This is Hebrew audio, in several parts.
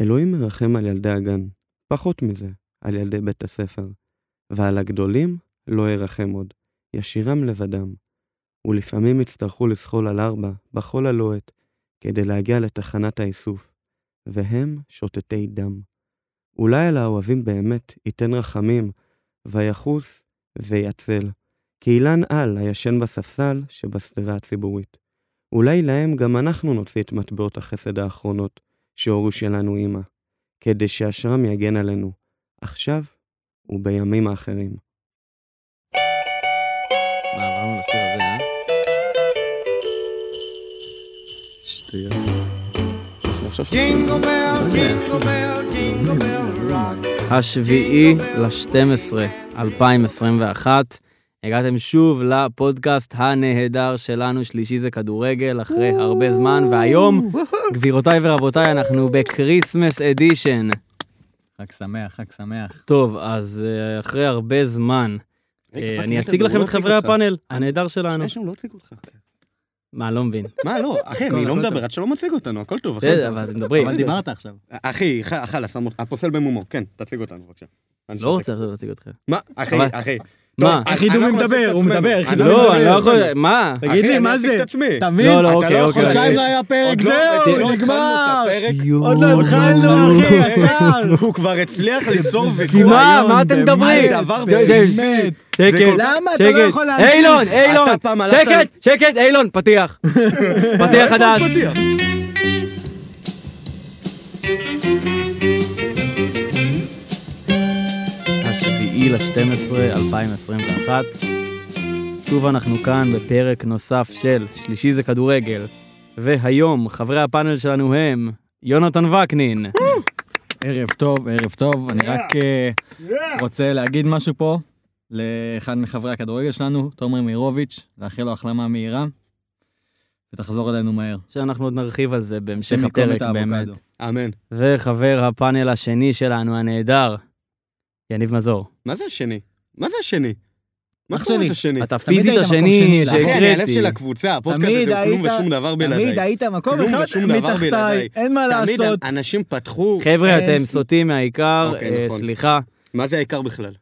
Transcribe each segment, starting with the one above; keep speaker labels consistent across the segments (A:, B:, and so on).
A: אלוהים מרחם על ילדי הגן, פחות מזה, על ילדי בית הספר, ועל הגדולים לא ירחם עוד, ישירם לבדם. ולפעמים יצטרכו לזחול על ארבע, בחול הלוהט, כדי להגיע לתחנת האיסוף, והם שותתי דם. אולי על האוהבים באמת ייתן רחמים, ויחוס ויצל, כאילן על הישן בספסל שבשדרה הציבורית. אולי להם גם אנחנו נוציא את מטבעות החסד האחרונות שהורו שלנו אימא, כדי שאשרם יגן עלינו, עכשיו ובימים האחרים.
B: מה, עברנו לשיר הזה, אה? שטויות. אנחנו עכשיו לא שטויות.
C: Jingle bell, jingle bell, jingle bell rock.
B: לא השביעי ל-12, 2021. הגעתם שוב לפודקאסט הנהדר שלנו, שלישי זה כדורגל, אחרי הרבה זמן, והיום, גבירותיי ורבותיי, אנחנו בקריסמס אדישן.
D: חג שמח, חג שמח.
B: טוב, אז אה, אחרי הרבה זמן,
A: רגע,
B: אה,
A: פאקינג
B: אני
A: נטע,
B: אציג
A: הוא
B: לכם
A: לא
B: את
A: הציג
B: חברי
A: אותך.
B: הפאנל הנהדר שלנו.
A: שנייה שנייה, הוא לא הציג אותך.
B: מה, לא מבין.
A: מה, לא, אחי,
D: הכל,
A: אני לא
D: הכל
A: מדבר
D: טוב.
A: עד שלא מציג אותנו, הכל טוב, אחי.
B: בסדר, אבל אתם מדברים.
D: אבל דיברת עכשיו.
A: אחי, ח- חלאס, המ- הפוסל במומו, כן, תציג אותנו בבקשה. אני
B: לא
A: שותק.
B: רוצה עכשיו להציג אותך.
A: מה? אחי,
B: אבל-
A: אחי.
B: מה?
A: טוב,
E: אחי, דובי
A: אנחנו נציג
E: מדבר,
A: את
E: הוא
A: עצמנו.
E: מדבר, אחי,
A: אני-
E: דובי
B: לא,
E: מדבר.
B: אני לא יכול... מה?
E: תגיד לי, מה
A: אחי,
E: זה?
A: אני אציג את עצמי.
D: אתה מבין?
B: לא, לא,
A: אתה
B: אוקיי,
A: לא
B: אוקיי.
A: יכול להגיד.
D: חודשיים לא היה פרק,
A: עוד לא-
D: זהו,
A: עוד לא התחלנו את
D: נגמר.
A: הפרק.
E: עוד לא התחלנו, אחי, ישר.
A: הוא כבר הצליח ליצור
B: כי
A: ויכוח.
B: מה?
D: היום,
B: מה אתם
D: באמת,
B: מדברים?
A: דבר
B: זה- זה-
D: באמת.
B: שקט,
A: כל- אה-
D: למה אתה לא
B: שקט.
D: יכול להמשיך?
B: אילון, אילון,
A: אתה פעם הלכת-
B: שקט, שקט, אילון, פתיח. פתיח חדש.
A: פתיח.
B: השביעי ל-12, 2021. שוב אנחנו כאן בפרק נוסף של שלישי זה כדורגל. והיום חברי הפאנל שלנו הם יונתן וקנין,
D: ערב טוב, ערב טוב. אני רק אה, רוצה להגיד משהו פה לאחד מחברי הכדורגל שלנו, תומר מירוביץ', לאחל לו החלמה מהירה, ותחזור אלינו מהר.
B: שאנחנו עוד נרחיב על זה בהמשך
D: השם יקום
B: הפרק
D: את
B: באמת.
D: האבוקדו.
A: אמן.
B: וחבר הפאנל השני שלנו הנהדר, יניב מזור.
A: מה זה השני? מה זה השני? מה
D: אח
A: זאת אומרת
D: שלי.
A: השני?
B: אתה
D: תמיד
B: פיזית
D: היית מקום
B: השני
D: שני, אחי,
A: אחי, אני כן, הלב
B: שהקראתי.
A: של הקבוצה, הפודקאסט הזה
D: תמיד
A: הוא כלום
D: היית-
A: ושום דבר
D: תמיד
A: בלעדיי.
D: היית מקום
A: כלום
D: אחד
A: ושום דבר בלעדיי.
D: מתחתיי, אין מה
A: תמיד
D: לעשות.
A: אנשים פתחו,
B: חבר'ה,
D: אין-
B: אתם סוטים מהעיקר,
A: אה, אוקיי,
B: אה,
A: נכון.
B: סליחה.
A: מה זה העיקר בכלל?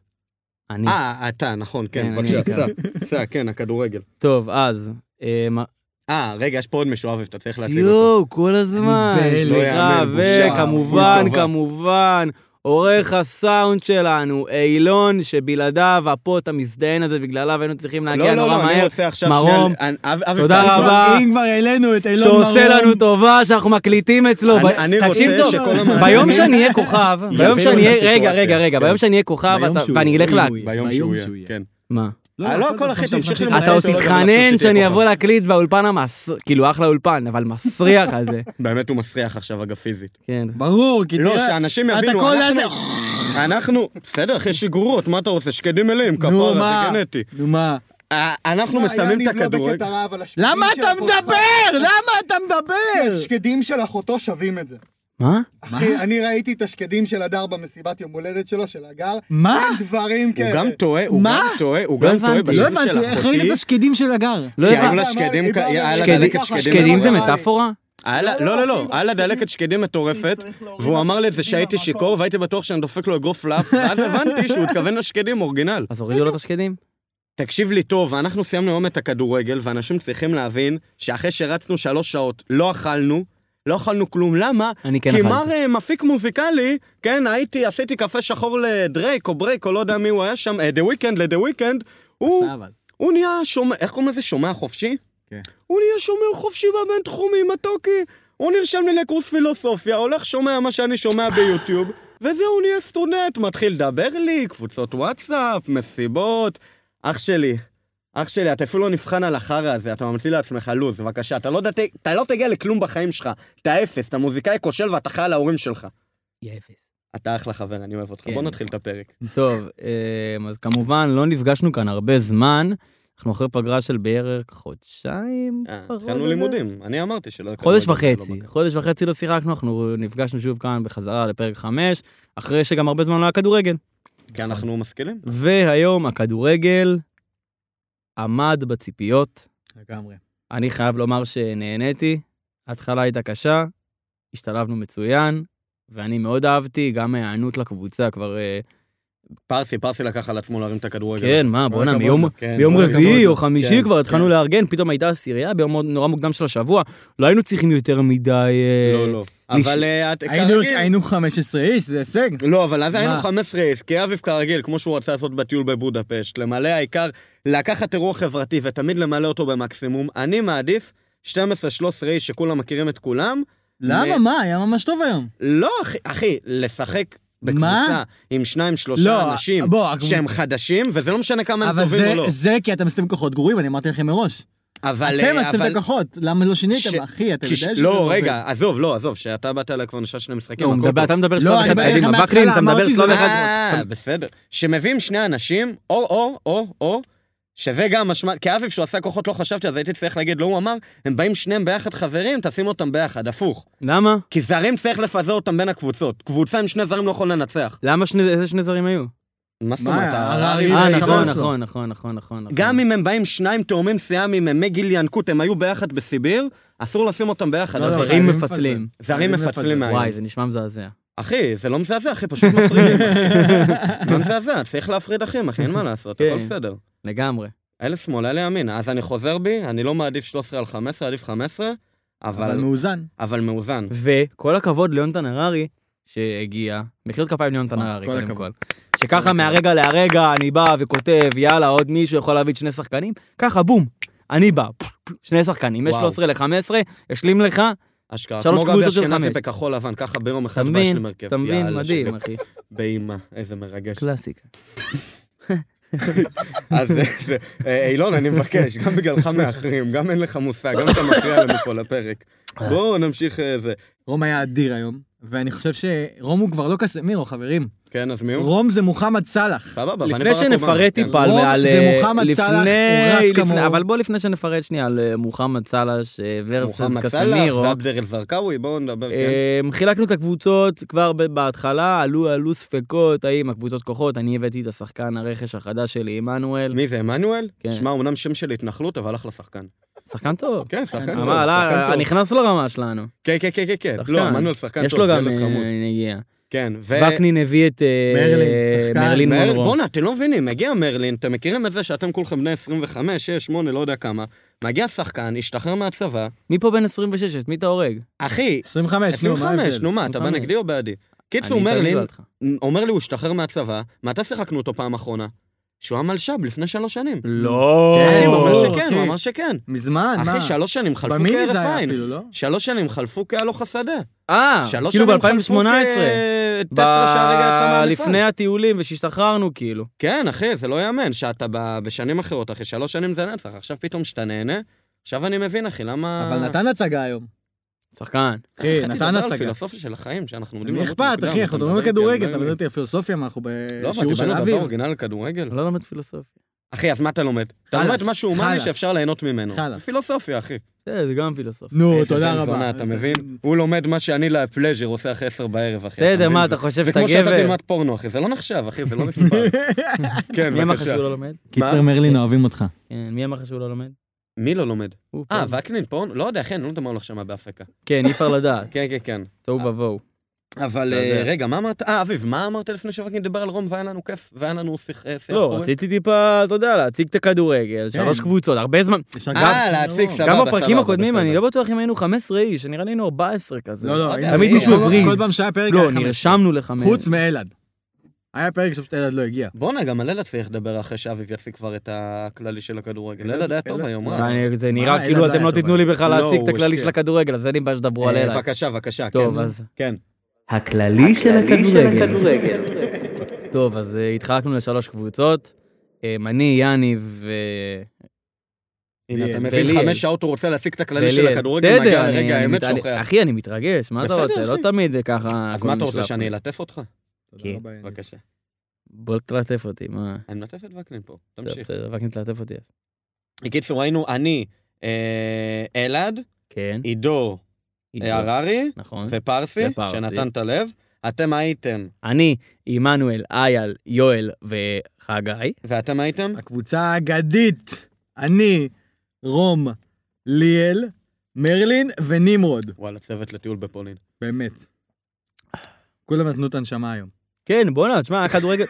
B: אני...
A: אה, אתה, נכון,
B: כן,
A: כן,
B: אני
A: בבקשה,
B: העיקר.
A: סע, סע, כן, הכדורגל.
B: טוב, אז... אה, מה-
A: אה, רגע, יש פה עוד משועבב, אתה צריך להציג אותו.
B: יואו, כל הזמן.
D: אני בהלם.
B: סליחה,
A: לא יאמן, בושה,
B: וכמובן,
A: טובה.
B: כמובן, עורך הסאונד שלנו, אילון, שבלעדיו הפוט המזדיין הזה, בגלליו היינו צריכים
A: לא,
B: להגיע
A: לא,
B: נורא
A: לא, אני
B: מהר.
A: רוצה עכשיו
B: מרום,
A: אני- אב- אב-
B: תודה
A: אבטל,
B: רבה.
D: אם כבר העלינו את אילון מרום. לא,
B: שעושה לנו טובה שאנחנו מקליטים אצלו.
A: אני-
B: ב-
A: אני
B: תקשיב
A: רוצה
B: טוב,
A: שכל המאזינים-
B: ביום שאני אהיה כוכב, ביום
A: יבינו
B: שאני
A: את
B: אהיה, רגע,
A: הסיטואציה.
B: רגע, רגע,
A: כן.
B: ביום שאני אהיה כוכב
D: ביום
B: אתה-
D: שהוא-
B: ואני אלך
D: ביום
B: לה...
D: שהוא יהיה.
A: ביום שהוא יהיה, כן.
B: מה?
A: אה, לא, הכל, אחי, תמשיך
D: תמשיך,
A: למלא.
B: אתה עוד
A: שלא לדבר על
B: תתחנן
A: השני
B: שאני
A: כוכב.
B: אבוא להקליט באולפן המס... כאילו אחלה אולפן, אבל מסריח על זה.
A: באמת הוא מסריח עכשיו, אגב, פיזית.
B: כן.
D: ברור, כי
A: לא,
D: תראה,
A: שאנשים
D: אתה
A: יבינו,
D: כל הזה...
A: אנחנו- אנחנו, בסדר, אחי, יש שיגורות, מה אתה רוצה? שקדים מלאים,
D: נו
A: כפרה,
D: מה,
A: זה גנטי.
D: נו מה.
A: אה, אנחנו
F: לא,
A: מסיימים את הכדורגל.
D: למה אתה מדבר? למה אתה מדבר?
F: השקדים של אחותו שווים את זה.
B: מה?
F: אחי, אני ראיתי את השקדים של הדר במסיבת יום הולדת שלו, של הגר.
D: מה?
F: אין דברים
A: הוא
F: כאלה.
A: גם טועה, הוא
D: מה?
A: גם טועה, הוא גם טועה
B: הבנתי.
A: בשם
D: לא
B: השם
A: של אחותי.
D: הבנתי, איך ראית את השקדים של הגר?
B: לא
A: כי היו לה
B: הבנתי.
A: שקדים,
F: אמרנו,
A: היה לה
F: שקדים-
A: דלקת שקדים. לא,
B: שקדים זה
F: מטורפת.
B: מטאפורה?
A: היה לה- לא, לא, לא, היה לה דלקת שקדים מטורפת,
F: צריך להוריד
A: והוא אמר לי את זה
F: השקדים
A: שהייתי
F: מהמקום.
A: שיכור והייתי בטוח שאני דופק לו אגרוף לאף, ואז הבנתי שהוא התכוון לשקדים אורגינל.
B: אז הורידו לו את השקדים?
A: תקשיב לי טוב, אנחנו סיימנו היום את הכדורגל, ואנשים צריכים להבין שאחרי שרצנו שלוש שעות לא אכלנו, לא אכלנו כלום, למה?
B: אני כן
A: כי
B: אכלתי.
A: מר אה, מפיק מוזיקלי, כן, הייתי, עשיתי קפה שחור לדרייק או ברייק, או לא יודע מי הוא היה שם, דה וויקנד, לדה וויקנד, הוא הוא נהיה שומע, איך קוראים לזה? שומע חופשי?
D: כן.
A: הוא נהיה שומע חופשי בבינתחומי, מתוקי. הוא נרשם לי לקורס פילוסופיה, הולך שומע מה שאני שומע ביוטיוב, וזהו, הוא נהיה סטודנט, מתחיל לדבר לי, קבוצות וואטסאפ, מסיבות. אח שלי, אח שלי, אתה אפילו לא נבחן על החרא הזה, אתה ממציא לעצמך לוז, בבקשה. אתה לא, דת... אתה לא תגיע לכלום בחיים שלך, אתה אפס, אתה מוזיקאי כושל ואתה חי על ההורים שלך.
B: יהיה אפס.
A: אתה אחלה חבר, אני אוהב אותך.
B: כן.
A: בוא נתחיל את הפרק.
B: טוב, אמ, אז כמובן, לא נפגשנו כאן הרבה זמן. אנחנו אחרי פגרה של בערך חודשיים.
A: אה,
B: פחות או
A: התחלנו
B: יותר.
A: לימודים, אני אמרתי שלא...
B: חודש
A: כדורגל זה לא
B: וחצי,
A: בקטע.
B: חודש וחצי לא שיחקנו, אנחנו נפגשנו שוב כאן בחזרה לפרק חמש, אחרי שגם הרבה זמן לא היה כדורגל.
A: כי אנחנו משכילים.
B: והיום הכדורגל עמד בציפיות.
D: לגמרי.
B: אני חייב לומר שנהניתי, ההתחלה הייתה קשה, השתלבנו מצוין, ואני מאוד אהבתי גם ההיענות לקבוצה, כבר... אה,
A: פרסי, פרסי לקח על עצמו להרים את הכדורגל.
B: כן, מה, בואנה,
D: הכבוד
B: ביום,
D: לו.
A: כן,
B: ביום
A: כל
B: רביעי
A: הכבוד.
B: או חמישי
A: כן,
B: כבר התחלנו
A: כן.
B: לארגן, פתאום הייתה עשירייה ביום מאוד- נורא מוקדם של השבוע, לא היינו צריכים יותר מדי... אה,
A: לא, לא.
B: נש-
A: אבל אה, את-
D: היינו-
A: כרגיל...
D: היינו 15 איש, זה הישג.
A: לא, אבל אז היינו
D: מה?
A: 15 איש, כי אביב כרגיל, כמו שהוא רצה לעשות בטיול בבודפשט, למלא העיקר, לקחת אירוע חברתי ותמיד למלא אותו במקסימום, אני מעדיף 12-13 איש שכולם מכירים את כולם,
D: למה?
A: מ-
D: מה? היה ממש טוב היום.
A: לא, אחי, אחי, לשחק בקבוצה
D: מה?
A: עם שניים, שלושה
D: לא,
A: אנשים
D: בוא, הקבוצ-
A: שהם חדשים, וזה לא משנה כמה הם
D: אבל
A: טובים
D: זה-
A: או לא.
D: זה כי אתם עשיתם כוחות גרועים, אני אמרתי לכם מראש.
A: אבל...
D: אתם
A: אה,
D: עשיתם
A: אבל-
D: את הכוחות, למה לא
A: ש-
D: שיניתם, אחי? אתה
A: כש-
D: יודע שזה
A: לא,
D: עובד.
A: רגע, עזוב, לא, עזוב, שאתה באת אליי כבר נשאר שני משחקים,
B: לא, הוא
A: הכל
B: מדבר-
A: טוב.
B: אתה מדבר
D: לא,
B: שלב
D: אני
B: אחד
D: אומר לך
B: קדימה,
D: מההתחלה,
B: וקנין, אתה מדבר
D: אמרתי, זה
B: שלב
D: לא
B: אחד...
A: אה, בסדר. שמביאים שני אנשים, או, או, או, או, שזה גם משמע... כי אביב, שהוא עשה כוחות, לא חשבתי, אז הייתי צריך להגיד, לא, הוא אמר, הם באים שניהם ביחד חברים, תשים אותם ביחד, הפוך.
B: למה?
A: כי זרים צריך לפזר אותם בין הקבוצות. קבוצה עם שני זרים לא יכול לנצח.
B: למה שני... איזה שני זרים היו?
A: מה זאת
D: מה,
A: אומרת?
D: הררי
A: הררי
B: אה,
A: והעיקרון
B: נכון,
A: שלו.
B: נכון, נכון, נכון, נכון.
A: גם אם הם באים שניים תאומים סיאמים, הם מגיל ינקות, הם היו ביחד בסיביר, אסור לשים אותם ביחד.
D: לא, לא,
A: הזרים-
B: זרים
D: חייבים
B: מפצלים.
A: זרים
D: חייבים
A: מפצלים
D: לפזר.
A: מהעניין.
B: וואי, זה נשמע מזעזע.
A: אחי, זה לא מזעזע, אחי, פשוט מפרידים. אחי. לא מזעזע, צריך להפריד אחים, אחי, אין מה לעשות, הכל
B: כן.
A: בסדר.
B: לגמרי.
A: אלה שמאל, אלה ימין. אז אני חוזר בי, אני לא מעדיף 13 על 15, עדיף 15,
D: אבל
A: אבל,
D: מאוזן.
A: אבל מאוזן.
B: וכל הכבוד ליונתן הררי שהגיע, מחיאות כפיים ליונתן הררי
D: כל
B: קודם כל.
D: הכבוד.
B: שככה מהרגע להרגע אני בא וכותב, יאללה, עוד מישהו יכול להביא את שני שחקנים? ככה, בום, אני בא, פפ, פפ, שני שחקנים, יש
A: וואו.
B: 13 ל-15, אשלים לך,
A: אשכרה.
B: שלוש
A: כמו גבי
B: קבוצות של
A: אשכנזי
B: חמש.
A: בכחול לבן, ככה ביום אחד
B: אתה
A: בא
B: מבין?
A: שלם הרכב.
B: אתה מבין?
A: יאללה,
B: מדהים,
A: שלי.
B: אחי.
A: באימא, איזה מרגש.
B: קלאסיקה.
A: אז אה, זה- אה, אילון, אני מבקש, גם בגללך מאחרים, גם אין לך מושג, גם אתה מפריע לנו פה לפרק. בואו נמשיך אה, זה.
D: רום היה אדיר היום, ואני חושב שרום הוא כבר לא קסמירו, חברים.
A: כן, אז מי הוא?
D: רום זה מוחמד סאלח.
A: סבבה, ואני
B: לפני
A: ברק אובמה,
B: שנפרט
A: כן.
B: טיפה
D: רוב
B: על... על,
D: זה
B: אה,
D: מוחמד
B: לפני-
D: סלאח, הוא רץ
B: לפני-
D: כמוהו.
B: אבל בוא לפני שנפרט שנייה על אה, מוחמד סלאש אה, ורסס
A: מוחמד סלאח
B: קסמירו.
A: ועבדר אל-זרקאווי, בואו נדבר, כן.
B: אמ, חילקנו את הקבוצות כבר ב- בהתחלה, עלו, עלו ספקות, האם הקבוצות כוחות, אני הבאתי את השחקן הרכש החדש שלי, עמנואל.
A: מי זה, עמנואל?
B: כן.
A: שמע, אמנם שם של התנחלות, אבל אחלה שחקן.
B: שחקן טוב. אה,
A: כן, שחקן טוב, שחקן
B: אמר, "לא,
A: טוב.
B: נכנס לרמה שלנו.
A: כן, כן, כן, כן, כן.
B: שחקן.
A: לא, עמנואל שחקן
B: יש
A: טוב,
B: לו גם
A: ילד
B: אה,
A: חמוד.
B: נגיעה.
A: כן, ו...
B: וקנין הביא את אה,
D: מרלין,
B: אה,
D: שחקן.
B: מרלין
A: מר-
B: מונרו.
A: בואנה, אתם לא מבינים, מגיע מרלין, אתם מכירים את זה שאתם כולכם בני 25, 6, 8, לא יודע כמה. מגיע שחקן, השתחרר מהצבא,
B: מי פה בן 26? את מי אתה הורג?
A: אחי,
D: 25, נו, מה
A: 25,
D: ההבדל?
A: נו מה, אתה בא
B: 25.
A: נגדי או בעדי? קיצור,
B: אני איתך
A: מרלין,
B: בזולתך.
A: אומר לי, הוא השתחרר מהצבא, מתי שיחקנו אותו פעם אחרונה? שהוא היה מלש"ב לפני שלוש שנים.
B: לא.
A: אחי, הוא אמר
D: לא,
A: שכן, הוא
D: אחי.
A: אמר שכן.
D: מזמן, מה?
A: אחי, שלוש שנים חלפו
D: במיני זה
A: כהרף
D: היה
A: עין.
D: אפילו, לא?
A: שלוש שנים חלפו כהלוך השדה.
B: אה,
A: שלוש
B: כאילו
A: שנים
B: ב-2018.
A: חלפו כטסלה שהרגע יצא מהמפעל.
B: לפני הטיולים ושהשתחררנו כאילו.
A: כן, אחי, זה לא יאמן, שאתה ב- בשנים אחרות, אחי, שלוש שנים זה נצח, עכשיו פתאום שאתה נהנה, עכשיו אני מבין, אחי, למה...
D: אבל נתן הצגה היום.
B: שחקן.
D: אחי, נתן
A: אה, על לא
D: הצגה.
A: פילוסופיה של החיים, שאנחנו עומדים
D: מי
A: למות
D: אכפת,
A: מוקדם,
D: אחי, אנחנו מדברים על
A: מדבר איתי
D: כדורגל, אתה
A: דברים-
D: מדבר איתי על פילוסופיה, אנחנו
A: לא, אבל
D: בשיעור של
A: דיברנו דבר
D: אביב.
A: אורגינל על כדורגל.
B: לא למד פילוסופיה.
A: אחי, אז מה אתה לומד? אתה
D: חלאס,
A: לומד משהו הומני
D: חלאס.
A: שאפשר ליהנות ממנו.
D: חלאס.
A: זה פילוסופיה, אחי.
B: בסדר, זה גם פילוסופיה.
D: נו,
A: איזה
D: תודה
A: בן זונה,
D: רבה.
A: אתה מבין? הוא לומד מה שאני לפלז'ר עושה אחרי עשר בערב, אחי.
B: בסדר,
A: כן, מבין?
B: מה,
A: זה-
B: אתה חושב
A: זה
B: שאתה
A: כמו שאתה
B: גבר?
A: תלמד פורנו, אחי, זה לא נחשב, אחי, זה לא נספר. כן,
B: מי אמר לך
A: בבקשה.
B: שהוא לא לומד?
A: קיצר,
D: מרלין, אוהבים אותך.
B: כן, מי אמר לך שהוא לא לומד?
A: מי לא לומד?
B: הוא
A: אה,
B: פה.
A: וקנין פורנו? לא יודע, אחי, אני לא יודע מה הולך שם באפריקה.
B: כן, אי אפשר לדעת.
A: כן, כן, כן.
B: תוהו ובוהו.
A: אבל
B: אתה יודע.
A: אה, רגע, מה אמרת? אה, אביב, מה אמרת לפני שווקנין דיבר על רום והיה לנו כיף? והיה לנו שיח אה, שיח
B: לא,
A: פורים?
B: רציתי טיפה, אתה יודע, להציג את הכדורגל,
D: כן.
B: שלוש קבוצות, הרבה זמן.
A: אה, להציג, סבבה,
B: גם
A: סבבה.
B: בפרקים הקודמים,
A: בסדר.
B: אני לא בטוח אם היינו 15 איש, נראה לי היינו 14 כזה.
D: לא, לא,
A: אוקיי, תמיד
D: הנה,
B: מישהו
D: כל-
B: הבריז.
D: כל פעם שהיה פרק היה
B: לא,
D: חמש.
B: נרשמנו לחמש.
D: חוץ מאלעד. היה פרק שם שאלעד לא הגיע.
A: בואנה, גם על אלעד צריך לדבר אחרי שאביב יציג כבר את הכללי של הכדורגל. אלעד היה טוב
D: אלעד-
A: היום,
D: אלעד-
A: אה?
B: אני- זה
D: מה,
B: נראה
D: אין
B: כאילו
D: עדיין,
B: אתם לא
D: אבל-
B: תיתנו לי בכלל
A: לא,
B: להציג את
A: הוא
B: הכללי
A: השקיע.
B: של הכדורגל, אז אין לי בעיה שתדברו על
A: אה,
B: אילת.
A: בבקשה, בבקשה, כן.
B: טוב, אז...
A: כן.
B: הכללי של הכדורגל. טוב, אז אה, התחלקנו לשלוש קבוצות. אה, אני, יאני ו...
A: הנה, אתה
D: ליאל.
A: מבין,
B: וליאל.
A: חמש שעות הוא רוצה להציג את הכללי של
B: ואליאל.
A: הכדורגל, מגיע
B: אני-
A: לרגע
B: אני
A: האמת
B: מתעלה-
A: שוכח.
B: אחי, אני מתרגש, מה אתה
A: בסדר,
B: רוצה? לא
A: אחי.
B: תמיד אה, ככה...
A: אז
B: הכל
A: מה אתה רוצה,
B: משולב.
A: שאני אלטף אותך?
D: תודה רבה, יניב.
A: בבקשה.
B: בוא תלטף אותי, מה?
A: אני מלטף את וקנין פה,
B: טוב,
A: תמשיך.
B: בסדר, וקנין תלטף אותי.
A: בקיצור, היינו אני, אה, אלעד,
B: כן.
A: אה, עידו
B: עידו.
A: אה, הררי
B: נכון.
A: ופרסי,
B: ופרסי.
A: שנתן את הלב. אתם הייתם,
B: אני, עמנואל, אייל, יואל וחגי.
A: ואתם הייתם?
D: הקבוצה האגדית, אני, רום, ליאל, מרלין ונמרוד.
A: וואלה, צוות לטיול בפולין.
D: באמת. כולם נתנו את הנשמה היום.
B: כן, בואנה, תשמע, הכדורגל...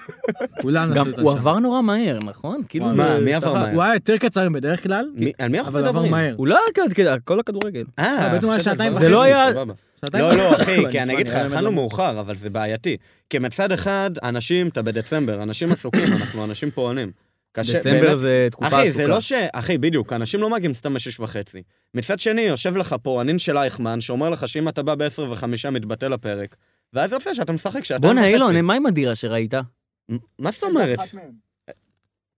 D: כולם נתנו
B: גם
D: את הנשמה.
B: הוא עבר נורא מהר, נכון? כאילו...
D: וואי,
B: זה
A: מה, מי
B: סחב.
A: עבר מהר?
D: הוא היה יותר קצר מבדרך כלל,
A: מי- על מי אנחנו
D: אבל עבר
A: מדברים?
D: מהר.
B: הוא לא היה כעד כדאי, כל הכדורגל.
A: אה,
D: בעצם הוא היה
A: עכשיו
D: שעתיים
A: הבנתי,
B: וחצי. זה לא היה-
A: סבבה.
D: שעתיים.
A: לא, לא, אחי, כי
D: נשמע,
A: אני אגיד לך,
D: נראה
A: התחלנו
D: מדהים.
A: מאוחר, אבל זה בעייתי. כי מצד אחד, אנשים, אתה בדצמבר, אנשים עסוקים, אנחנו אנשים פועלים. קשה,
B: דצמבר
A: באמת.
B: זה תקופה עסוקה.
A: אחי, זה לא ש... אחי, בדיוק, אנשים לא מגיעים סתם בשש וחצי. מצד שני, יושב לך פה הנין של אייכמן, שאומר לך שאם אתה בא בעשר וחמישה, מתבטל הפרק. ואז יוצא שאתה משחק שעתיים
B: בואנה,
A: וחצי.
B: אילון, מה עם הדירה שראית?
A: מ- מה זאת אומרת?
F: אחת מהן.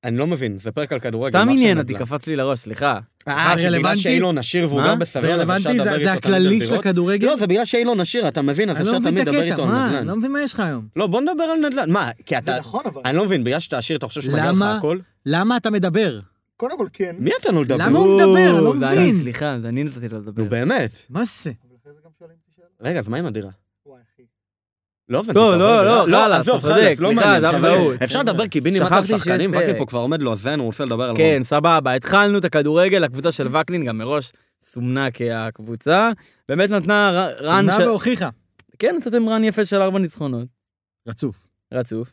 A: אני לא מבין, זה פרק על כדורגל.
B: סתם
A: מה
B: עניין
A: שם
B: אותי,
A: נדל"ן?
B: קפץ לי לראש, סליחה.
A: אה, כי בגלל
D: רלוונטי?
A: שאילון עשיר והוא
B: מה?
A: גר בסביון, אז אפשר
D: רלוונטי,
A: לדבר
D: זה-
A: איתו
D: זה
A: תמיד על
D: הכללי של
A: דירות?
D: הכדורגל?
A: לא, זה בגלל שאילון עשיר, אתה מבין, אז
D: אני לא
A: אפשר
D: מבין
A: תמיד
D: את
A: לדבר
D: הקטע,
A: איתו על
D: מה? אני
A: נדל"ן.
D: לא מבין מה יש לך היום.
A: לא, בוא נדבר על נדל"ן. מה, כי אתה...
F: זה נכון אבל.
A: אני לא מבין, בגלל שאתה עשיר, אתה חושב שמגיע לך
D: למה?
A: הכל?
D: למה אתה מדבר?
F: קודם כל כן.
A: מי אתה נו לדבר?
D: למה הוא מדבר? אני לא
B: זה אני,
D: מבין.
B: סליחה, זה אני נתתי לו לדבר.
A: נו, באמת.
D: מה זה?
F: אבל אחרי זה גם שואלים אותי שאלה.
A: רגע, אז מה עם הדירה?
F: וואי אחי.
A: לא הבנתי.
B: טוב,
A: אתה
B: לא,
A: עובד
B: לא,
A: על-
B: חלאס,
A: עזוב,
B: אתה צודק,
A: חלאס, לא
B: סליחה,
A: מעניין,
B: זה
A: חברים.
B: המהות.
A: אפשר לדבר כי פיני
B: שכחתי
A: מטר
B: שיש
A: שחקנים, וקנין פה
B: פרק.
A: כבר עומד לו הזין, הוא רוצה לדבר על...
B: כן, סבבה, התחלנו את הכדורגל, הקבוצה של וקנין גם מראש סומנה כהקבוצה. באמת נתנה ר- רן
D: נא
B: של...
D: והוכיחה.
B: כן, נתתם רן יפה של ארבע ניצחונות,
D: רצוף.
B: רצוף.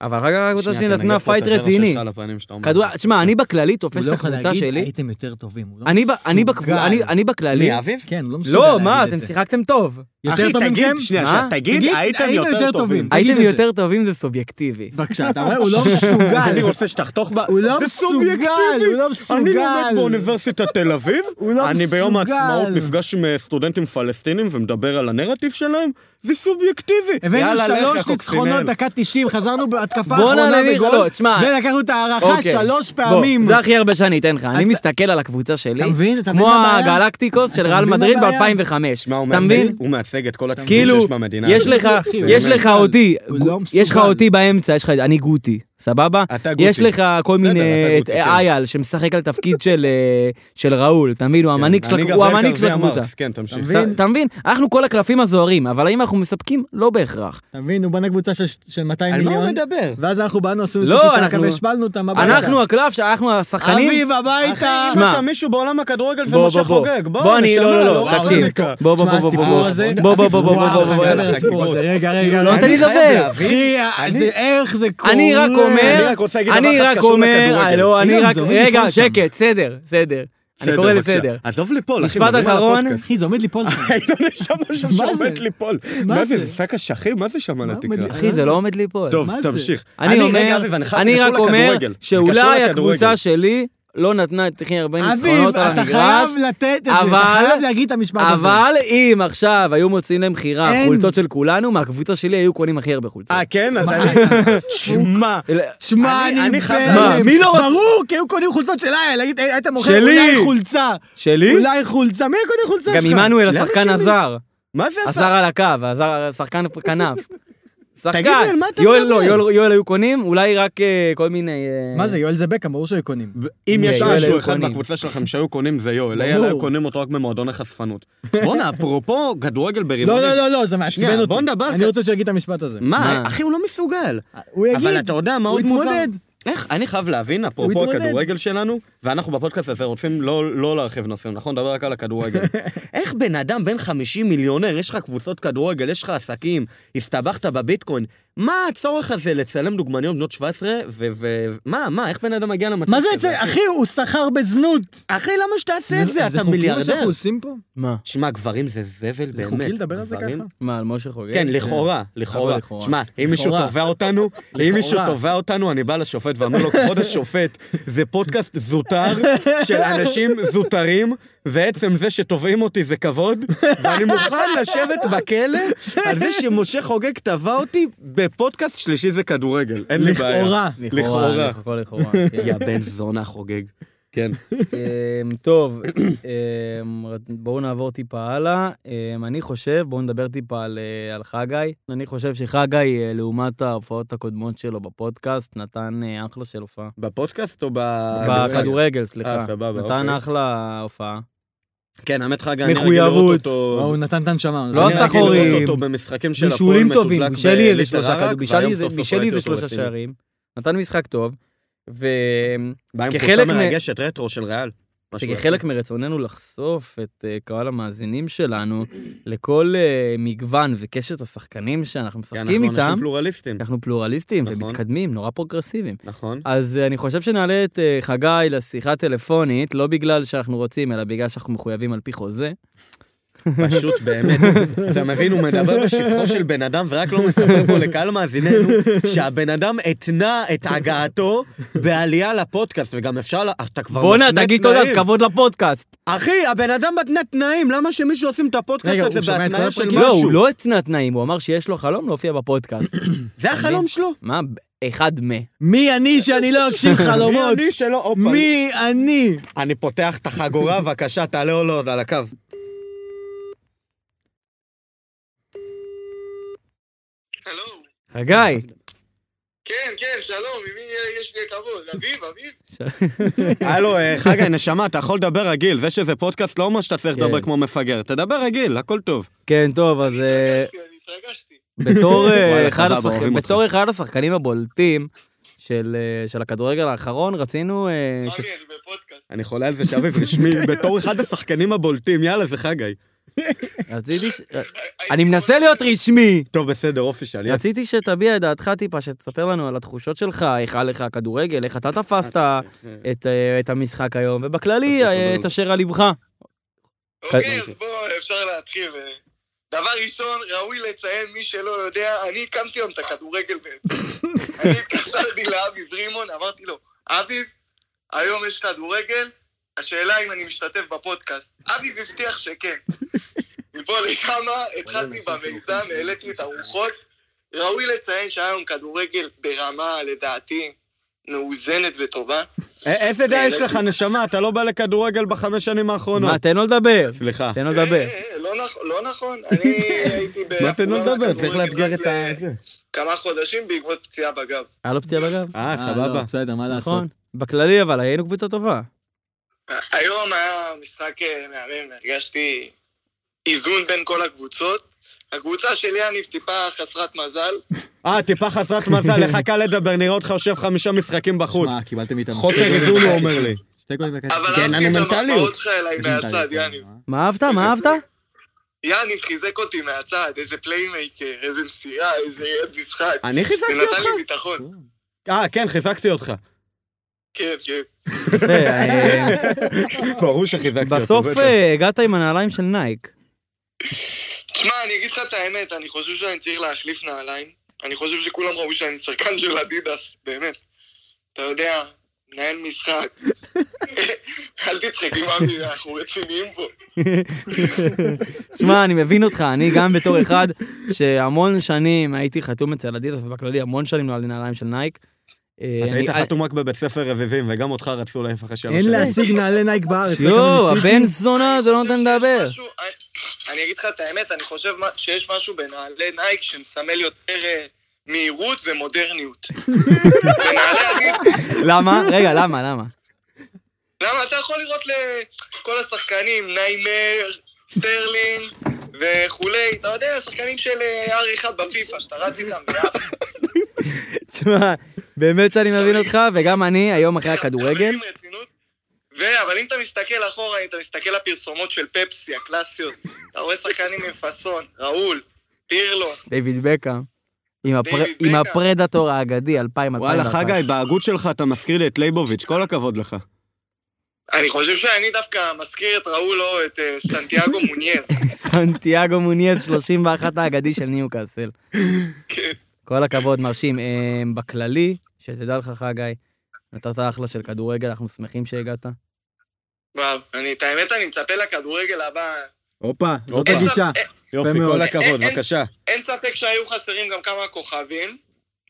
B: אבל אחר כך הקבוצה
A: שנייה,
B: שלי
A: תנגב פה
B: נתנה
A: את
B: פייט
A: הזרע
B: רציני.
A: שלך על הפנים שאתה אומר.
B: כדור... תשמע, אני בכללי תופס את
D: הוא לא יכול
B: הקבוצה
D: להגיד,
B: שלי.
D: הייתם יותר טובים. הוא לא
B: אני ב- אני
D: מסוגל.
B: בקבוצה- אני- אני בכללי...
A: מי, אביב?
D: כן, הוא לא מסוגל
B: לא,
D: להגיד
B: מה,
D: את
B: אתם
D: זה.
B: שיחקתם טוב.
D: יותר טובים
A: תגיד,
D: מכם?
A: שנייה,
B: מה?
A: שנייה, תגיד,
D: תגיד,
A: הייתם
D: היינו
A: יותר
D: יותר
A: טובים.
D: טובים.
B: הייתם
D: את זה.
B: יותר טובים, זה סובייקטיבי.
D: בבקשה, אתה רואה? הוא לא מסוגל.
A: אני רוצה שתחתוך ב...
D: הוא לא
A: זה
D: מסוגל,
A: סובייקטיבי.
D: הוא לא
A: אני לומד
D: מסוגל.
A: באוניברסיטת תל אביב,
D: הוא לא
A: אני ביום
D: מסוגל.
A: העצמאות נפגש עם אה, סטודנטים פלסטינים ומדבר על הנרטיב שלהם, זה סובייקטיבי.
D: הבאנו
A: יאללה, לך,
D: שלוש
A: הקוקסינל.
D: ניצחונות, דקה 90, חזרנו בהתקפה
B: בואנה,
D: האחרונה
B: נביא-
D: בגול,
B: לא, תשמע.
D: ולקחנו את ההערכה
B: אוקיי.
D: שלוש
B: בוא,
D: פעמים.
B: זה הכי הרבה שאני אתן לך. אני
D: אתה-
B: מסתכל על הקבוצה שלי,
D: אתה מבין? אתה מבין
B: כמו
D: את הבעיה?
B: הגלקטיקos של
D: אתה
B: ריאל
D: מבין את
B: מדריד
D: הבעיה?
B: ב-2005.
A: שמע, הוא
B: אתה מבין?
A: מייצג- הוא מייצג את כל הציבור
B: כאילו,
A: שיש במדינה.
B: יש
A: הזאת.
B: לך,
D: אחי, הוא
B: יש
D: באמת.
B: לך אותי,
D: הוא לא מסוגל.
B: יש לך אותי באמצע, יש לך, אני גוטי, סבבה?
A: אתה גוטי.
B: יש לך כל
A: בסדר,
B: מיני,
A: אתה
B: את
A: גוטי, כן.
B: אייל שמשחק על תפקיד של אה, של ראול, אתה מבין? הוא
A: כן,
B: המנהיג של
A: אני
B: הק-
A: גם
B: הוא
A: זה
B: המנהיג של
A: כזה
B: הקבוצה.
A: אמרתי, כן, תמשיך.
D: אתה מבין?
B: אתה מבין? אנחנו כל הקלפים הזוהרים, אבל האם אנחנו מספקים? לא בהכרח.
D: אתה מבין? הוא בנה קבוצה של- של 200
A: על מה הוא
D: מיליון,
A: מדבר?
D: ואז אנחנו באנו, עשינו את
B: לא,
D: הקיטקה
B: אנחנו-
D: והשפלנו אותם הביתה.
B: אנחנו הקלף, שאנחנו השחקנים,
D: אביב הביתה!
A: אחי, אם
B: שמע.
A: אתה מישהו בעולם הכדורגל זה
B: בוא,
A: משה
B: בוא, בוא.
A: חוגג, בוא,
B: בוא, אני-
A: נשמה,
B: לא, לא, לא,
A: וואו,
B: תקשיב.
A: רמיקה.
B: בוא, בוא,
D: תשמע,
B: בוא, בוא,
D: הסיפור
B: בוא.
D: הזה-
B: בוא, בוא, בוא, בוא,
D: וואו,
B: בוא, בוא, בוא,
D: רגע,
B: בוא.
D: הסיפור הזה, רגע, רגע.
B: לא
D: רגע.
B: נותן לי
A: אני חייב
B: לדבר.
A: להבין.
D: אחי,
A: אני-
D: זה איך זה קורה.
B: אני רק
A: אני
B: אומר,
A: רק רוצה להגיד
B: אני
A: דבר אחד
B: רק
A: שקשור
B: אומר,
A: לכדורגל.
B: לא, אני
D: אילן,
B: רק,
D: זה עומד
B: רגע,
D: ליפול שם.
B: שקט, סדר, סדר. אני
A: בסדר,
B: קורא
A: בבקשה.
B: לסדר.
A: עזוב ליפול, אחי,
B: משפט
A: מדברים על
B: אחרון.
A: הפודקאסט.
D: אחי, זה עומד ליפול שם.
A: אילון יש לא שם משהו
D: מה זה?
A: שעומד ליפול.
D: מה
A: מה זה?
D: זה?
A: זה שק אשכים? מה זה שם על
D: מה
A: התקרה?
D: מדהים?
B: אחי, זה לא עומד ליפול.
A: טוב,
D: מה זה?
A: תמשיך.
B: אני
A: רגע,
B: אומר,
A: אביב, אני חייב-
B: אני
A: קשור
B: רק אומר
A: לכדורגל. זה קשור
B: שאולי
A: לכדורגל.
B: הקבוצה שלי לא נתנה את הכי הרבה
D: אביב,
B: ניצחונות על
D: אתה
B: המגרש,
D: חייב לתת את זה, אתה
B: אבל-
D: חייב להגיד את המשפט הזה.
B: אבל אם עכשיו היו מוציאים למכירה
D: אין.
B: חולצות של כולנו, מהקבוצה שלי היו קונים הכי הרבה חולצות.
A: אה, כן? אז אני... שמע.
B: אלה-
D: שמע,
A: אני-
D: אני
A: אני חייב
D: בהלם.
B: להגיד- מה, מי לא רוצה-
D: ברור, כי היו קונים חולצות של אייל, "אה, היית- הייתם מוכרים
B: שלי.
D: אולי חולצה.
B: שלי?
D: אולי חולצה, מי היה קונה חולצה
B: גם
D: שלך? לא.
B: עמנואל
A: למה
B: השחקן
A: שלי?
B: הזר,
A: מה זה
B: הזר
A: עשה?
B: על הקו, הזר, השחקן כנף. שחקן,
A: תגיד לי, על מה אתה
B: יואל
A: מדבר?
B: לא, יואל- יואל היו קונים, אולי רק אה, כל מיני... אה,
D: מה זה, יואל זבקה, ברור שהיו קונים.
A: אם יש
B: יואל
A: משהו
B: היו
A: אחד
B: קונים.
A: מהקבוצה שלכם שהיו קונים זה יואל, אייל
D: ברור.
A: היו קונים אותו רק במועדון החשפנות. בואנה, אפרופו כדורגל
D: לא,
A: ברימונים.
D: לא, לא, לא, זה
A: שנייה,
D: מעצבן אותי.
A: בוא נדבר
D: אני
A: כ-
D: רוצה שיגיד את המשפט הזה.
A: מה,
B: מה?
A: אחי, הוא לא מסוגל.
D: הוא יגיד.
A: אבל אתה יודע מה
D: הוא
A: עוד מוזר?
D: יתמודד.
A: איך, אני חייב להבין, אפרופו
D: יתמודד.
A: הכדורגל שלנו, ואנחנו בפודקאסט הזה רוצים לא, לא להרחיב נושאים, נכון? נדבר רק על הכדורגל. איך בן אדם בן 50 מיליונר, יש לך קבוצות כדורגל, יש לך עסקים, הסתבכת בביטקוין, מה הצורך הזה לצלם דוגמניות בנות 17, ו... ו- מה, מה, איך בן אדם מגיע למצב
D: מה זה אצל... אחי, הוא סחר בזנות.
A: אחי, למה שתעשה את זה? אתה
D: זה חוקי מה שאנחנו
A: מיליארדר.
D: עושים פה?
B: מה?
A: שמע, גברים זה זבל,
D: זה
A: באמת.
D: חוקי לדבר על זה
A: גברים-
D: ככה?
B: מה, על משה חוגג?
A: כן, לכאורה, לכאורה.
B: לכאורה.
A: שמע, אם מישהו
D: לכאורה.
A: תובע אותנו, אם
D: לכאורה.
A: מישהו תובע אותנו, אני בא לשופט ואומר לו, כבוד השופט, זה פודקאסט זוטר של אנשים זוטרים, ועצם זה שתובעים אותי זה כבוד, ואני מוכן לשבת בכלא על זה שמשה חוגג תבע אותי בפודקאסט שלישי זה כדורגל, אין לי בעיה.
D: לכאורה.
A: לכאורה.
B: הכל לכאורה, כן.
A: יא בן זונה חוגג. כן.
B: אמ, טוב, אמ, בואו נעבור טיפה הלאה. אמ, אני חושב, בואו נדבר טיפה על, אה, על חגי. אני חושב שחגי, אה, לעומת ההופעות הקודמות שלו בפודקאסט, נתן אה, אחלה של הופעה.
A: בפודקאסט או ב...
B: בכדורגל, סליחה.
A: אה, סבבה,
B: נתן
A: אוקיי.
B: אחלה הופעה.
A: כן, האמת חגג, אני רגיל
B: מחויבות.
A: לראות אותו...
D: הוא נתן את הנשמה. הוא
B: לא
D: נתן-
A: אני
B: עשה
A: רגיל לראות
B: חורים.
A: אותו במשחקים של הפועל
B: בישולים טובים,
A: מתודלק
B: בישל לי איזה
A: בליטא
B: שלושה
A: ערק,
B: כדור, בישל לי
A: והיום
B: איזה-
A: סוף סוף
B: בישל לי
A: ראיתי
B: איזה
A: אותו
B: שלושה
A: רציני.
B: שערים. נתן משחק טוב. ו...
A: בא עם
B: כחלק
A: חולצה
B: מ-
A: מרגשת רטרו של ריאל. משהו
B: כחלק מרצוננו לחשוף את אה, קהל המאזינים שלנו לכל אה, מגוון וקשת השחקנים שאנחנו
A: כי
B: משחקים
A: כן, אנחנו
B: איתם,
A: אנשים פלורליסטים,
B: אנחנו פלורליסטים
A: נכון.
B: ומתקדמים, נורא פרוגרסיביים.
A: נכון?
B: אז אה, אני חושב שנעלה את אה, חגי לשיחה טלפונית, לא בגלל שאנחנו רוצים, אלא בגלל שאנחנו מחויבים על פי חוזה.
A: פשוט באמת, אתה מבין, הוא מדבר בשבחו של בן אדם ורק לא מספר פה לקהל מאזיננו שהבן אדם התנה את הגעתו בעלייה לפודקאסט, וגם אפשר, לה- אתה כבר
B: בואנה,
A: מתנה
B: תגיד תודה,
A: תנאים.
B: אז כבוד לפודקאסט.
A: אחי, הבן אדם מתנה תנאים, למה שמישהו עושים את הפודקאסט
D: רגע,
A: הזה
D: הוא שומע את כל
A: בהתניה של
D: הפרקים?
B: לא, הוא
A: משהו?
B: לא התנה תנאים, הוא אמר שיש לו חלום להופיע בפודקאסט.
A: זה החלום שלו?
B: מה, ב- אחד מה.
G: מי אני שאני לא אגשים
A: מי
G: חלומות?
A: אני שלא? הופה.
G: מי אני?
A: אני פותח את החגורה, בבקשה, תעלה או לא על הקו.
H: הלו,
B: חגי,
H: כן, כן, שלום, עם מי אה, יש לי הכבוד? אביב, אביב?
A: הלו, אה, חגי, נשמה, אתה יכול לדבר רגיל. זה שזה פודקאסט לא אומר שאתה צריך
B: כן.
A: לדבר כמו מפגר. תדבר רגיל, הכל טוב.
B: כן, טוב, אז אה,
H: התרגשתי, אני התרגשתי.
B: בתור, אה,
A: וואלה,
B: אחד
A: סבבה,
B: השחק-
A: אוהבים אותך.
B: בתור אחד השחקנים הבולטים של אה, של הכדורגל האחרון, רצינו... אה, ש-
H: אבי, אני בפודקאסט.
A: אני חולה על זה שאביב רשמי, בתור אחד השחקנים הבולטים, יאללה, זה חגי.
B: רציתי ש- אני מנסה להיות רשמי.
A: טוב, בסדר, אופי שלי.
B: רציתי שתביע את דעתך טיפה, שתספר לנו על התחושות שלך, איך היה לך הכדורגל, איך אתה תפסת את, אה, את המשחק היום, ובכללי,
A: אז
B: אה,
A: תודה.
B: את אשר על ליבך.
H: אוקיי, אז בואו, אפשר להתחיל. אה. דבר ראשון, ראוי לציין, מי שלא יודע, אני הקמתי היום את הכדורגל בעצם. אני התקשרתי לאבי ברימון, אמרתי לו, אביב, היום יש כדורגל, השאלה אם אני משתתף בפודקאסט. אביב הבטיח שכן. מפה לכמה, התחלתי במיזם, העליתי את הרוחות. ראוי לציין שהיה היום כדורגל ברמה, לדעתי, מאוזנת וטובה.
A: אה, איזה דעה יש לך, נשמה? אתה לא בא לכדורגל בחמש שנים האחרונות.
B: מה, תן לו לדבר.
A: סליחה.
B: תן לו
H: אה,
B: לדבר.
H: אה, לא נכ- לא נכון, אני הייתי ב...
A: מה תן לו לדבר? צריך לאתגר את
D: אה,
A: ה...
D: לא,
A: זה.
H: כמה חודשים בעקבות פציעה בגב.
B: היה לו פציעה בגב?
A: אה,
D: לא,
A: סבבה.
D: בסדר, מה לעשות?
B: נכון. בכללי, אבל היינו קבוצה טובה.
H: היום היה משחק אה, מהמם, הרגשתי איזון בין כל הקבוצות. הקבוצה שלי יניב טיפה חסרת מזל.
A: אה, טיפה חסרת מזל, לך קל לדבר, נראה אותך יושב חמישה משחקים בחוץ.
D: מה, קיבלתם מאיתנו.
A: חוסר איזון, הוא אומר לי.
D: שתי גולים לקחת.
H: אבל
A: כן,
H: אהבתי את
A: אנו מנטליות. כן.
H: המחמאות שלך אליי מהצד, יניב.
B: מה אהבת? מה אהבת?
H: יניב חיזק אותי מהצד, איזה פליימייקר, איזה מסירה, איזה יד משחק.
A: אני
H: זה
A: חיזקתי
H: נתן
A: אותך?
H: לי ביטחון.
A: אה, כן, חיזקתי אותך.
H: כן, כן.
B: יפה, אה,
A: ברור שחיזקתי אותו.
B: בסוף
A: בטח.
B: אה, הגעת עם הנעליים של נייק.
H: תשמע, אני אגיד לך את האמת, אני חושב שאני צריך להחליף נעליים. אני חושב שכולם ראו שאני שחקן של אדידס, באמת. אתה יודע, מנהל משחק. אל תצחק עם אבי, אנחנו רציניים פה.
B: שמע, אני מבין אותך, אני גם בתור אחד שהמון שנים הייתי חתום אצל אדידס, ובכללי המון שנים לא היה לי נעליים של נייק. אה,
A: אתה
B: אני-
A: היית
B: אה,
A: חתום רק בבית ספר רביבים, וגם אותך רצו להעיף אחרי שלוש
G: אין
A: שנים.
G: להשיג נעלי נייק בארץ.
B: יואו, הבן זונה, זה לא נותן
H: אני חושב שיש
B: לדבר.
H: משהו- אני- אני אגיד לך את האמת, אני חושב מה- שיש משהו בנעלי נייק שמסמל יותר אה, מהירות ומודרניות. בנעלי אדידס,
B: למה? רגע, למה, למה?
H: למה אתה יכול לראות לכל השחקנים, ניימר, סטרלינג וכולי, אתה יודע, שחקנים של אה, R1 בפיפ"א, שאתה רץ איתם ביחד.
B: תשמע, באמת שאני מבין אותך, וגם אני, היום אחרי הכדורגל,
H: מדברים ברצינות. ו- אבל אם אתה מסתכל אחורה, אם אתה מסתכל לפרסומות של פפסי הקלאסיות, אתה רואה שחקנים עם פאסון, ראול, פירלו,
B: דיוויד בקאם, עם הפר-
H: דיוויד
B: עם
H: בקאם.
B: הפרדטור האגדי, 2000
A: וואלה, חגי, בהגות שלך אתה מזכיר לי את לייבוביץ', כל הכבוד לך.
H: אני חושב שאני דווקא מזכיר את ראול או את אה, סנטיאגו מונייס.
B: סנטיאגו מוניאז, 31 האגדי של ניוקאסל.
H: כן.
B: כל הכבוד, מרשים. אה, בכללי, שתדע לך, חגי, נתת אחלה של כדורגל, אנחנו שמחים שהגעת.
H: וואו, אני, את האמת, אני מצפה לכדורגל הבא. אה,
D: הופה, זאת
A: הופה.
D: הגישה.
H: אין-
A: יופי,
D: מאוד.
A: כל הכבוד,
H: אה, אה,
A: בבקשה.
H: אין ספק שהיו חסרים גם כמה כוכבים,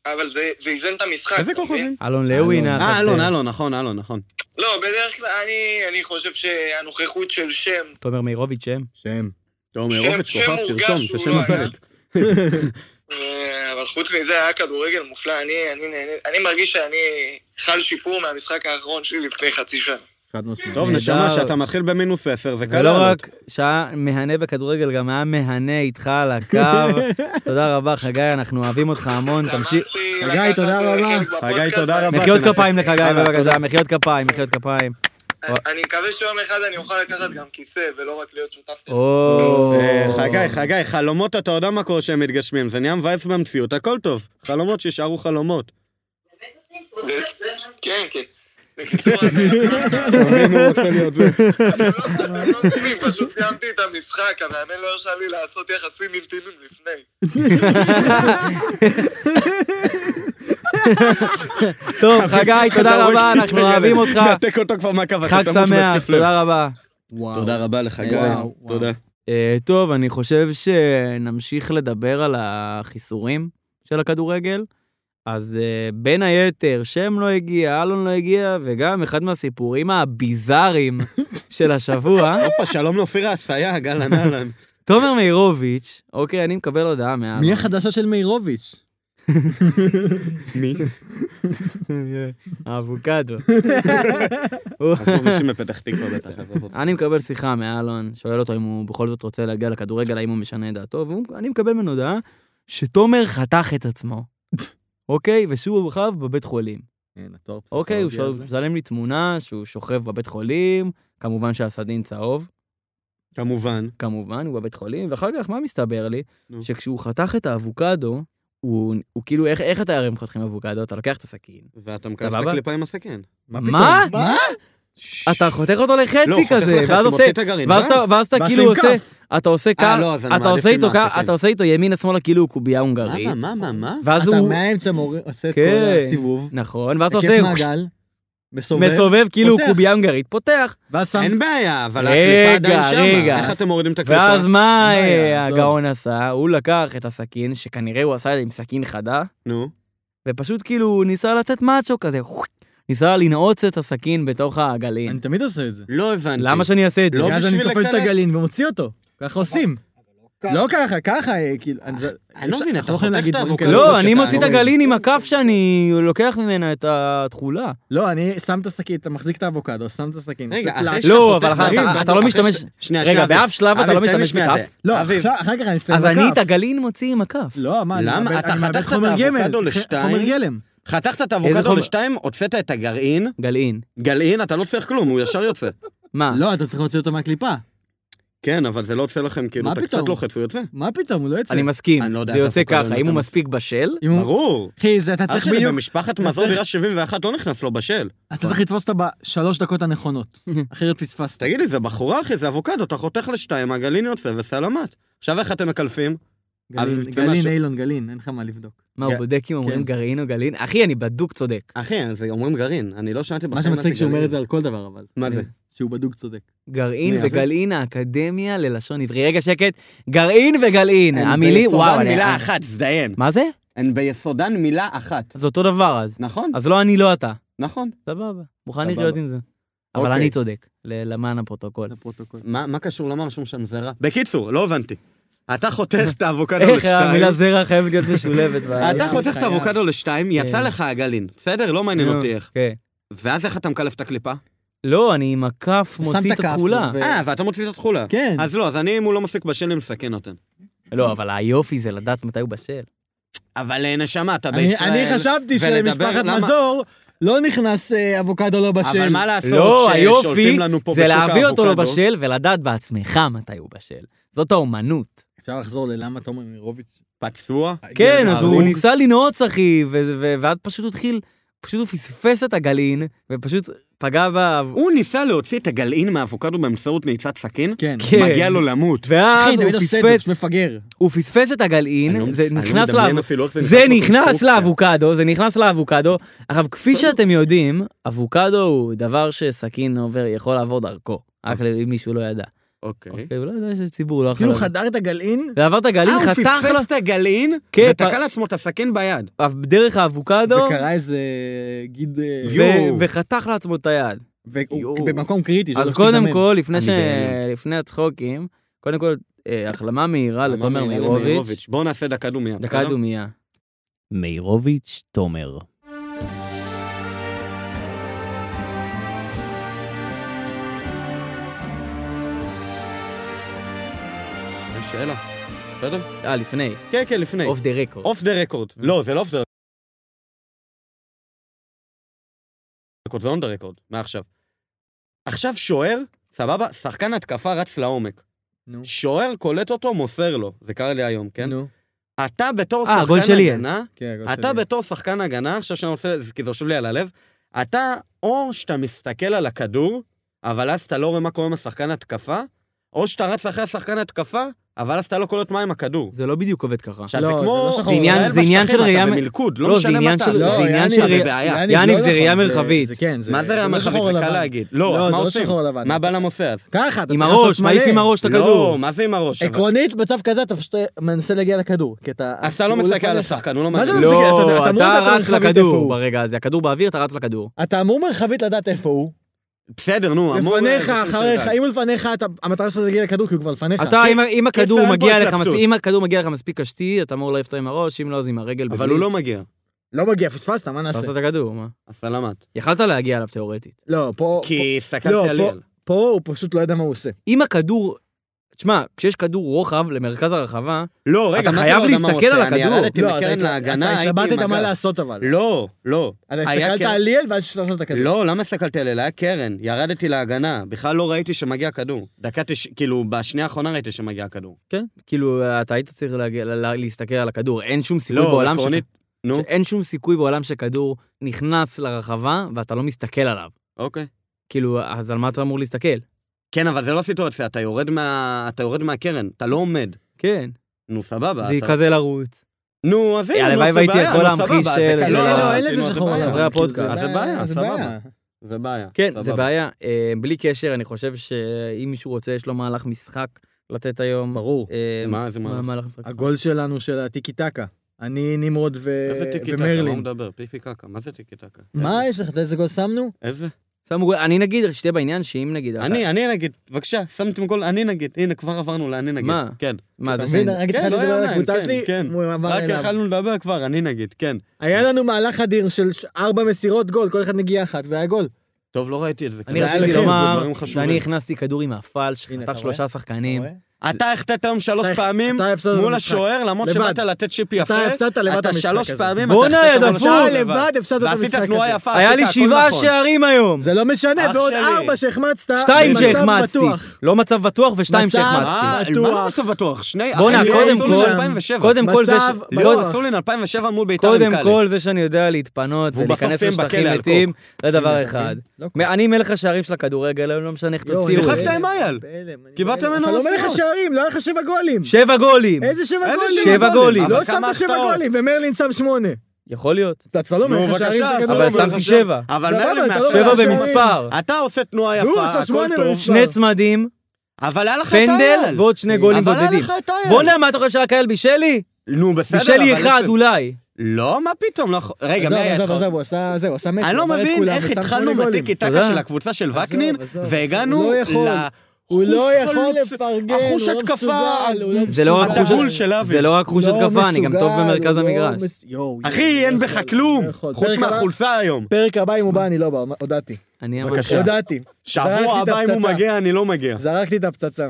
H: אבל זה זה איזן את המשחק.
A: איזה
H: אתה מבין?
A: כוכבים?
B: אלון לוין, היה
A: אה,
B: חסר.
A: אלון, אלון, נכון, אלון, נכון.
H: לא, בדרך כלל, אני- אני חושב שהנוכחות של שם,
B: תומר אה? מאירוביץ', שם.
D: שם.
A: תומר
H: שם-
A: רוביץ',
H: שם
A: כוכב,
H: מורגש
A: תרשום, זה
H: שהוא
A: שם
H: לא
A: הפרק.
H: אה, אבל חוץ מזה היה כדורגל מופלא, אני, אני, נהנה, אני מרגיש שאני חל שיפור מהמשחק האחרון שלי לפני חצי שנה.
D: חד משמעית.
A: טוב,
B: נהדר.
A: נשמה, שאתה מתחיל במינוס 10, זה קל
B: ולא
A: לעלות.
B: רק שהיה מהנה בכדורגל, גם היה מהנה איתך על הקו. תודה רבה, חגי, אנחנו אוהבים אותך המון, תמשיך.
H: שמחתי
G: חגי,
H: לקחת,
G: תודה
H: אה,
G: רבה.
H: חלק
A: חגי,
H: בפודקאסט,
A: תודה רבה.
B: מחיאות
A: תנתק.
B: כפיים לחגי,
A: הלאה,
B: בבקשה, מחיאות כפיים, מחיאות כפיים.
H: אני מקווה שיום אחד אני אוכל לקחת גם כיסא, ולא רק להיות שותף. שלו.
B: או...
A: אה, חגי, חגי, חלומות, אתה יודע מה קורה שהם מתגשמים, זה נהיה מבאס במציאות, הכל טוב. חלומות שישארו חלומות.
H: כן, כן. בקיצור, אז-
B: לא
H: אתם לא- אתם לא מבינים, פשוט סיימתי את המשחק, המאמן לא הרשה לי לעשות יחסים אינטימיים לפני.
B: טוב, חגי, תודה רבה, אנחנו אוהבים אותך.
A: נתק אותו כבר מהקו, אתה
B: חג
A: יותר מוצמד
B: שמח,
A: כיף לב.
B: תודה רבה.
A: תודה רבה לחגי,
B: וואו,
A: תודה.
B: אה, טוב, אני חושב שנמשיך לדבר על החיסורים של הכדורגל. אז אה, בין היתר, שם לא הגיע, אלון לא הגיע, וגם אחד מהסיפורים הביזאריים של השבוע,
A: הופה, שלום לאופיר האסייג, אהלן אהלן.
B: תומר מאירוביץ', אוקיי, אני מקבל הודעה מאלון.
D: מי החדשה של מאירוביץ'?
A: מי?
B: האבוקדו.
A: אנחנו אנשים בפתח תקווה בטח. עזוב אותך.
B: אני מקבל שיחה מאלון, שואל אותו אם הוא בכל זאת רוצה להגיע לכדורגל, האם הוא משנה את דעתו, ואני מקבל ממנו הודעה שתומר חתך את עצמו, אוקיי? ושהוא עכשיו בבית חולים. אוקיי, הוא שואל- מצלם לי תמונה שהוא שוכב בבית חולים, כמובן שהסדין צהוב,
A: כמובן.
B: כמובן, הוא בבית חולים, ואחר כך מה מסתבר לי?
A: נו.
B: שכשהוא חתך את האבוקדו, הוא הוא כאילו, איך- איך אתה הרי חותכים אבוקדו? אתה לוקח את הסכין.
A: ואתה מקלף את כן.
B: סבבה?
A: הקליפה עם הסכין.
B: מה?
F: מה?
B: אתה חותך אותו
A: לא,
B: לחצי
A: חותך
B: כזה,
A: לך,
B: ואז
A: מוציא
B: עושה...
A: את הגרעין,
B: ואז
A: מה?
B: אתה- ואז אתה
D: ואז
B: כאילו
D: עם
B: עושה,
D: כף.
B: אתה עושה
A: אה,
B: כף,
A: לא, אז אני
B: אתה
A: מעדיף
B: עושה
A: עם
B: איתו כ-
A: הסכין.
B: אתה עושה איתו ימינה שמאלה כאילו הוא קובייה הונגרית.
A: מה, מה, מה, מה?
B: ואז
D: אתה
B: הוא...
D: מהאמצע מור- עושה את כל
B: כן.
D: הסיבוב,
B: נכון, ואז אתה
D: תקף
B: עושה...
D: מעגל, מסובב,
B: מסובב כאילו הוא
D: פותח.
B: קובייה הונגרית, פותח.
D: ואז שם...
A: אין בעיה, אבל
B: רגע,
A: הקליפה עדיין
B: רגע.
A: שמה. איך אתם מורידים את הקליפה?
B: ואז מה
D: אין בעיה,
B: אה,
D: עזוב.
B: הגאון עשה? הוא לקח את הסכין, שכנראה הוא עשה את זה עם סכין חדה,
A: נו.
B: ופשוט כאילו הוא ניסה לצאת מאצ'ו כזה, ניסה לנעוץ את הסכין בתוך הגלין.
D: אני תמיד עושה את זה.
A: לא הבנתי.
B: למה שאני אעשה את זה?
A: לא
D: ואז אני
A: בשביל
D: תופס את
A: לקלף.
D: הגלין ומוציא אותו. ככה עושים. לא ככה, ככה, אה, כאילו... אני-
A: אני לא מבין,
D: אנחנו
A: אתה
D: יכולים
A: חותך
D: להגיד
A: את
D: דברים
A: האבוקדו
D: כאלה.
A: לא,
B: לא, אני
A: שאתה-
B: מוציא את הגלין עם הכף שאני לוקח ממנה את התכולה.
D: לא, אני שם את הסכין, אתה מחזיק את האבוקדו, שם את הסכין.
A: רגע,
D: עושה
A: אחרי
D: פלאק.
A: שאתה
B: לא,
A: חותך
B: אבל אחר-
A: דברים,
B: אתה-
A: ואז
B: אתה לא
A: אחרי
B: משתמש-
A: ש- שנייה,
B: רגע,
A: שנייה, אבי.
B: באף שלב אתה
A: אבי,
B: לא
A: תן לי
B: משתמש
A: שנייה
B: בכף.
A: זה.
D: לא,
A: אביב,
D: עכשיו- אחר כך אני אסיים
B: אז
D: בכף.
B: אני את הגלין מוציא עם הכף.
D: לא, מה, אני
A: למה?
D: מאבד-
A: אתה
D: אני מאבד
A: חתכת את
D: חומר גמל,
A: האבוקדו
D: ח-
A: לשתיים?
D: חומר גלם.
A: חתכת את
B: איזה
A: האבוקדו
B: חומר?
A: לשתיים, הוצאת את הגרעין,
B: גלעין.
A: גלעין, אתה לא צריך כלום, הוא ישר יוצא.
B: מה?
D: לא, אתה צריך להוציא אותו מהקליפה.
A: כן, אבל זה לא יוצא לכם, כאילו,
D: מה
A: אתה
D: פתאום?
A: קצת לוחץ, הוא יוצא.
D: מה פתאום, הוא לא יצא.
B: אני מסכים.
A: אני לא יודע
B: זה
A: איך
B: יוצא
A: הפוקר
B: ככה,
A: באמת
B: אם הוא
A: מס-
B: מספיק בשל,
D: אם הוא-
A: ברור.
D: אחי, זה אתה
A: אח
D: צריך
A: שלי
D: בדיוק,
A: במשפחת
D: אתה
A: מזור
D: צריך-
A: דירה 71 לא נכנס לו בשל.
D: אתה צריך לתפוס אותה בשלוש דקות הנכונות. אחרת פספסת.
A: תגיד לי, זה בחורה, אחי, זה אבוקדו, אתה חותך לשתיים, הגלעין יוצא וסלמת. עכשיו איך אתם מקלפים?
D: גלין,
A: אבל זה
D: גלין,
A: משהו-
D: אילון, גלין, אין לך מה לבדוק.
B: מה, הוא
A: כן.
B: בודק אם אומרים
D: כן.
B: גרעין או גלעין? אחי, אני בדוק צודק.
A: אחי, זה אומרים גרעין, אני לא שמעתי
D: מה
A: בחיים
D: שמצחיק
A: זה
D: שהוא אומר
A: גרעין.
D: את זה על כל דבר, אבל.
A: מה זה?
D: שהוא בדוק צודק.
B: גרעין
A: מי, אבי?
B: וגלעין, האקדמיה ללשון עברי. רגע, שקט. גרעין וגלעין,
A: הן
B: המילים,
A: ביסודן
B: אה, וואו. אני- אה,
A: מילה אחת, זדיין.
B: מה זה?
A: הן ביסודן מילה אחת.
B: זה אותו דבר אז.
A: נכון,
B: אז לא אני, לא אתה.
A: נכון.
B: סבבה, מוכן
A: סבבה.
B: לחיות עם זה. אבל
A: אוקיי.
B: אני צודק, ל- למען הפרוטוקול.
D: לפרוטוקול.
A: מה מה קשור? למה רשום שם זרע? בקיצור, לא הבנתי. אתה חותך את האבוקדו
B: איך
A: לשתיים.
B: המילה זרע חייבת להיות משולבת? ב-
A: אתה חותך את האבוקדו לשתיים, יצא
B: כן.
A: לך הגלין. בסדר? לא מעניין
B: נו,
A: אותי איך.
B: כן.
A: ואז איך אתה מקלף את הקליפה?
B: לא, אני עם הכף
D: שם
B: מוציא את
D: את הכף,
B: התכולה.
D: ו-
A: אה, ואתה מוציא את התכולה.
D: כן.
A: אז לא, אז אני, אם הוא לא מפסיק בשל, אני מסכן אותן.
B: לא, אבל היופי זה לדעת מתי הוא בשל.
A: אבל אה, נשמה, אתה
D: אני-
A: בישראל.
D: אני חשבתי
A: ולדבר-
D: שלמשפחת
A: למה?
D: מזור לא נכנס אה, אבוקדו לא בשל.
A: אבל מה לעשות
B: לא, היופי
A: ששולטים לנו פה
B: זה
A: בשוק
B: להביא אותו לא
A: האבוקדו?
B: בשל ולדעת בעצמך מתי הוא בשל. זאת האומנות.
D: אפשר לחזור ללמה תומר מירוביץ'.
A: פצוע? אה,
B: כן, אז הוא
A: הרוג.
B: ניסה לנעוץ, אחי, ו- ו- ואז פשוט הוא התחיל, פשוט הוא פספס את הגלין, ופשוט פגע ב...
A: הוא ניסה להוציא את הגלעין מהאבוקדו באמצעות נעיצת סכין?
D: כן.
B: כן.
A: מגיע לו למות.
B: ואז
D: אחי,
B: הוא
D: תמיד עושה את זה,
B: פספס-
D: פשוט מפגר.
B: הוא פספס את הגלעין,
A: אני- לא
B: זה
A: אני
B: נכנס
A: מדמיין
B: לאבוקדו.
A: אפילו איך
B: זה
A: נכנס
B: נכנס
A: בקונסטרוקציה.
B: לאבוקדו, זה נכנס לאבוקדו. עכשיו, כפי שאתם יודעים, אבוקדו הוא דבר שסכין עובר, יכול לעבור דרכו. רק אם מישהו לא ידע.
A: אוקיי.
B: אוקיי, הוא לא יודע שציבור לא יכול
D: כאילו
B: לעבור.
D: חדר את הגלעין,
B: ועבר את הגלעין,
A: אה, הוא
B: חתך לו,
A: פספס את הגלעין,
B: כן,
A: ותקע
B: פ-
A: לעצמו את הסכין ביד.
B: אב- דרך האבוקדו,
D: וקרא איזה גיד... אה,
B: ו-
A: יואו.
B: וחתך לעצמו את היד.
D: והוא
A: יואו.
D: במקום קריטי. שלא
B: אז
D: יפסיק
B: קודם
D: להתאמן.
B: כל, לפני
A: אני
B: ש-
A: בהלם.
B: לפני הצחוקים, קודם כל, אה, החלמה מהירה לתומר
A: אמרנו,
B: מאירוביץ'.
A: בואו אה, נעשה דקה דומיה.
B: דקה
A: בסדר?
B: דומייה. מאירוביץ', תומר.
A: יש שאלה. בסדר?
B: אה, לפני,
A: כן, כן, לפני.
B: אוף אה. דה רקורד.
A: אוף דה רקורד. לא, זה לא אוף דה רקורד. זה און דה רקורד, מעכשיו. עכשיו שוער, סבבה? שחקן התקפה רץ לעומק.
E: נו.
A: שוער קולט אותו, מוסר לו. זה קרה לי היום, כן?
E: נו.
A: אתה בתור
B: אה, גול
A: שחקן
B: שלי.
A: הגנה,
E: כן, הגול
A: אתה
E: שלי.
A: בתור שחקן הגנה, עכשיו שאני עושה, כי זה יושב לי על הלב, אתה, או שאתה מסתכל על הכדור, אבל אז אתה לא רואה מה קורה עם השחקן התקפה, או שאתה רץ אחרי השחקן התקפה, אבל אז אתה לא קולט מה עם הכדור.
B: זה לא בדיוק עובד ככה.
A: עכשיו,
E: לא,
A: זה
E: זה
A: כמו...
E: לא שחור. זה עניין-
A: ישראל
B: זה עניין של
A: בשטחים,
B: ראייה מ-
A: אתה במלכוד,
B: לא,
A: לא
B: זה
A: משנה מה
B: עניין
A: אתה...
B: של-
A: עושה.
B: זה עניין
D: יעני,
B: של
D: אתה
B: ראייה-
A: בבעיה.
D: יעני,
B: יעניב,
D: לא
B: זה ראייה
D: נכון,
B: מרחבית.
D: זה כן, זה
A: מה זה
D: לא
A: רמה חבית?
D: שחור
A: זה קל
D: לבן.
A: להגיד. לא,
D: לא,
A: אז
D: זה
A: מה
D: לא
A: עושים?
D: שחור לבן.
A: מה הבעיה למוסע אז?
D: ככה, אתה
B: עם
D: צריך לעשות
B: הראש, מעיף
D: מלא.
B: עם הראש את
A: לא,
B: הכדור.
A: מה זה עם הראש? אבל-
D: עקרונית, במצב כזה אתה פשוט אה, מנסה להגיע לכדור. כי אתה...
A: אז אתה לא
D: הוא
A: מסתכל על
D: לפניך.
A: השחקן, הוא לא
D: מה זה
A: מגיע.
D: לא מסתכל? אתה- אתה
B: לא,
D: אמור
B: אתה
D: לדעת
B: רץ
D: מרחבית איפה
B: לכדור
D: הוא.
B: ברגע הזה. הכדור באוויר, אתה רץ לכדור.
D: אתה אמור מרחבית לדעת איפה הוא.
A: בסדר, נו, אמור...
D: לפניך,
A: איזשהו
D: אחריך,
A: שחקן.
D: אם הוא לפניך, אתה- המטרה שלך זה להגיע לכדור, כי הוא כבר לפניך.
B: אתה, אם- אם הכדור
A: אין פה
B: מגיע לך
A: התלבטות.
B: מספיק- אם הכדור מגיע לך מספיק קשתי, אתה אמור להעיף אותו עם הראש, אם לא, אז עם הרגל.
A: אבל
B: בגליל.
A: הוא לא מגיע.
D: לא מגיע, פספסת, מה
B: אתה
D: נעשה?
B: עושה את הכדור, מה?
A: אז סלמת.
B: יכלת להגיע אליו תיאורטית.
D: לא, פה... פה-
A: כי
D: לא,
A: הסתכלתי על
D: פה-
A: ליאל.
D: פה הוא פשוט לא יודע מה הוא עושה.
B: אם הכדור... תשמע, כשיש כדור רוחב למרכז הרחבה,
A: לא, רגע,
B: אתה
A: מה זה
B: חייב
A: לא יודע מה הוא
B: להסתכל
A: עושה?
B: על הכדור.
A: אני ירדתי
D: לא, אתה
A: בקרן
D: התל-
A: להגנה,
D: אתה
A: הייתי עם
D: התלבטת מה
A: הגב.
D: לעשות אבל.
A: לא, לא.
D: אתה
A: היה
D: הסתכלת
A: קרן.
D: על ליאל ואז שתעשה את הכדור.
A: לא, למה הסתכלתי עליה? היה קרן, ירדתי להגנה, בכלל לא ראיתי שמגיע כדור. דקה תש... כאילו, בשנייה האחרונה ראיתי שמגיע כדור.
B: כן, כאילו, אתה היית צריך להגיע- לה- לה- להסתכל על הכדור. אין שום סיכוי בעולם ש-
A: עקרונית... נו,
B: שאין שום סיכוי בעולם שכדור נכנס לרחבה ואתה לא מסתכל עליו.
A: אוקיי.
B: כאילו, אז על מה אתה אמור להסתכל?
A: כן, אבל זה לא סיטואציה, אתה יורד, מה... אתה יורד מהקרן, אתה לא עומד.
B: כן.
A: נו, סבבה.
B: זה
A: אתה...
B: כזה לרוץ.
A: נו, אז הנה, נו,
B: הלוואי
A: זה
B: והייתי
A: בעיה,
B: יכול
A: נו, סבבה,
B: להמחיש,
A: זה
B: אה,
A: קל.
B: לא,
D: לא,
B: לא,
D: אין
A: נו,
D: לזה
A: זה
D: שחור
A: בעיה.
D: לבן.
B: חברי הפודקאסט.
A: אז זה בעיה,
D: זה
A: סבבה.
D: בעיה.
A: זה בעיה.
B: כן, זה
A: סבבה.
B: בעיה. אה, בלי קשר, אני חושב שאם מישהו רוצה, יש לו מהלך משחק לתת היום.
E: ברור.
B: אה,
A: מה, איזה
B: מה
A: מה?
B: מהלך משחק?
E: הגול שלנו של הטיקי טקה. אני, נמרוד ו...
A: איזה טיקי טקה? מה הוא
E: ומרלין.
A: מדבר? פיקי קקה, מה זה טיקי טקה?
D: מה יש לך? אתה יודע איזה גול שמנו?
A: איזה?
B: שמו גול- אני נגיד, שתהיה בעניין שאם נגיד... אתה-
A: אני, אני נגיד, בבקשה, שמתם גול, אני נגיד. הנה, כבר עברנו לאני נגיד.
B: מה?
A: כן.
B: מה
D: אתה
B: זה
D: מבין?
B: שאני...
D: רק
A: כן,
D: התחלתי
A: לא
D: לדבר על
A: יאמן,
D: הקבוצה
A: כן,
D: שלי,
A: כן.
D: הוא עבר
A: רק
D: אליו.
A: יכלנו לדבר כבר, אני נגיד, כן.
D: היה לנו מהלך אדיר של ש- ארבע מסירות גול, כל אחד נגיעה אחת, והיה גול.
A: טוב, לא ראיתי את זה.
B: אני
A: כנראה
B: רציתי
A: לכם,
B: לומר
A: דברים חשובים.
B: שאני הכנסתי כדור עם הפלש,
D: הנה,
B: חטף
D: אתה
B: שלושה שחקנים.
A: אתה החטאת היום שלוש
D: אתה-
A: פעמים
D: אתה הפסדת את
A: מול
D: המשחק.
A: השוער, למרות
D: לבד.
A: שבאת לתת צ'יפ יפה.
D: אתה הפסדת לבד את
A: אתה
D: המשחק
A: שלוש
D: הזה.
A: פעמים, אתה
B: בואנה,
A: החטאת
B: יא
A: מול השוער
D: אתה לבד הפסדת את
A: ועשית
D: המשחק
A: תנועה
D: הזה.
A: יפה,
B: היה
A: עשית
B: לי
A: הכל
B: שבעה
A: נכון.
B: שערים היום.
D: זה לא משנה,
A: אח
D: ועוד
A: שלי.
D: ארבע שהחמצת.
B: שתיים
D: במצב
B: שהחמצתי.
D: בטוח.
B: לא מצב בטוח ושתיים
D: מצב-
B: שהחמצתי.
A: אה,
D: בטוח.
A: מה זה בטוח? שני...
B: בואנה,
A: אני-
B: קודם
A: סולין
B: כל-
A: 2007.
B: קודם כל זה... ש-
D: מצב
B: לא,
D: בטוח.
A: לא, סולין 2007 מול ביתר עם
B: קודם
A: קאלי.
B: כל, זה שאני יודע להתפנות
A: והוא בסוף
B: ולהיכנס
A: סיים
B: לשטחים
A: בכלא על
B: מתים, זה דבר אחד.
D: לא
B: מ- אני מלך השערים של הכדורגל, היום לא משנה איך
D: יואו,
B: תוציאו את
A: שיחקת
B: זה.
A: עם אייל.
D: בהלם, אני
A: קיבלת
D: בהלם.
A: ממנו
D: אתה לא מלך
A: מסירות.
D: השערים, לא היה לך שבע גולים.
B: שבע גולים!
D: איזה שבע
A: איזה
D: גולים?
B: שבע גולים.
A: אבל
D: לא
A: כמה
D: שמת שבע
A: החטאות.
D: גולים, ומרלין שם שמונה.
B: יכול להיות.
D: אתה אתה לא
A: נו,
D: מלך השערים
A: בבקשה,
D: של
A: סבבה,
B: אבל
D: הכדורגל.
B: שמתי
A: בבקשה.
B: שבע.
D: סבבה,
A: אבל מילא
D: אתה לא
A: מהצד
B: שבע
D: השערים.
B: במספר.
A: אתה עושה תנועה
D: והוא
A: יפה,
D: עשה
A: הכל
D: שמונה
A: טוב.
D: במספר.
B: שני צמדים,
A: אבל היה לך את
B: פנדל
A: אייל.
B: ועוד שני גולים
A: אבל היה
B: בודדים.
A: לך את אייל.
B: בואנה, מה אתה חושב שרק אייל בישלי?
A: נו, בסדר.
B: בישלי
A: אבל
B: אחד
A: זה-
B: אולי.
A: לא, מה פתאום? לא יכול- רגע,
D: עזוב,
A: מי היה
D: עזוב,
A: איתך?
D: עזוב, הוא עשה, זהו, הוא עשה מסר.
A: אני לא
D: עבר את
A: מבין
D: כולם
A: איך
D: ושם
A: התחלנו
D: שמונה גולים.
A: בטיקי טקה
B: תודה.
A: של הקבוצה של
D: עזוב,
A: וקנין,
D: עזוב.
A: והגענו
D: הוא לא יכול.
A: ל...
D: הוא לא
A: חוץ
D: יכול
A: חלוץ.
D: לפרגן,
A: החוש
D: הוא לא
A: התקפה,
D: מסוגל, הוא לא
B: זה לא רק
D: מסוגל.
B: חוש-
A: הגול של אבי.
B: זה לא רק חוש
D: לא
B: התקפה, אני גם
D: מסוגל,
B: טוב במרכז
D: הוא לא
B: המגרש.
D: מס- יואו,
A: אחי,
D: יואו,
A: אין
D: לא
A: בך
D: יכול,
A: כלום,
D: לא יכול.
A: חוץ
D: פרק הבא-
A: מהחולצה היום.
D: פרק הבא אם הוא בא, אני לא בא, הודעתי.
B: אני אמרתי.
A: בבקשה.
D: הודעתי. זרקתי את
A: שבוע הבא אם הוא
D: הפצצה.
A: מגיע, אני לא מגיע.
D: זרקתי את הפצצה.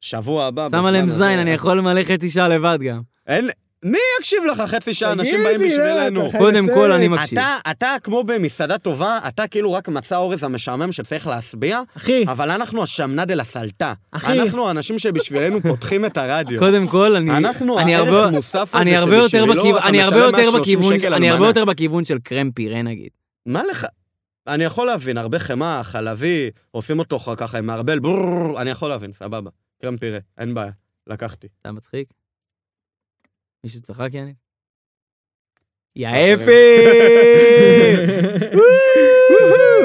A: שבוע הבא.
B: שם
A: בזמן
B: עליהם
A: הזה.
B: זין, אני יכול מלא חצי שעה לבד גם.
A: אין... מי יקשיב לך חצי שעה? אנשים
D: תגיד
A: באים
D: לי, לא,
A: בשבילנו.
D: אתה חי
B: קודם
D: בסרט.
B: כל, אני מקשיב.
A: אתה, אתה כמו במסעדה טובה, אתה כאילו רק מצא אורז המשעמם שצריך להשביע,
D: אחי,
A: אבל אנחנו השמנה דה לה סלטה.
D: אחי.
A: אנחנו האנשים שבשבילנו פותחים את הרדיו.
B: קודם כל, אני...
A: אנחנו
B: אני
A: הערך
B: הרבה-
A: המוסף הזה
B: אני הרבה יותר
A: שבשבילו
B: בכיוון,
A: לא, אתה
B: אני הרבה
A: משלם
B: יותר
A: 130
B: בכיוון,
A: שקל על
B: אני הרבה
A: מנה.
B: יותר בכיוון של קרם פירה נגיד.
A: מה לך? אני יכול להבין, הרבה חמאה, חלבי, עושים אותו ככה עם מערבל, ברור, אני יכול להבין, סבבה. קרם פירה, אין בעיה, לקחתי.
B: אתה מצחיק? מישהו צחק יעני? יא אפי!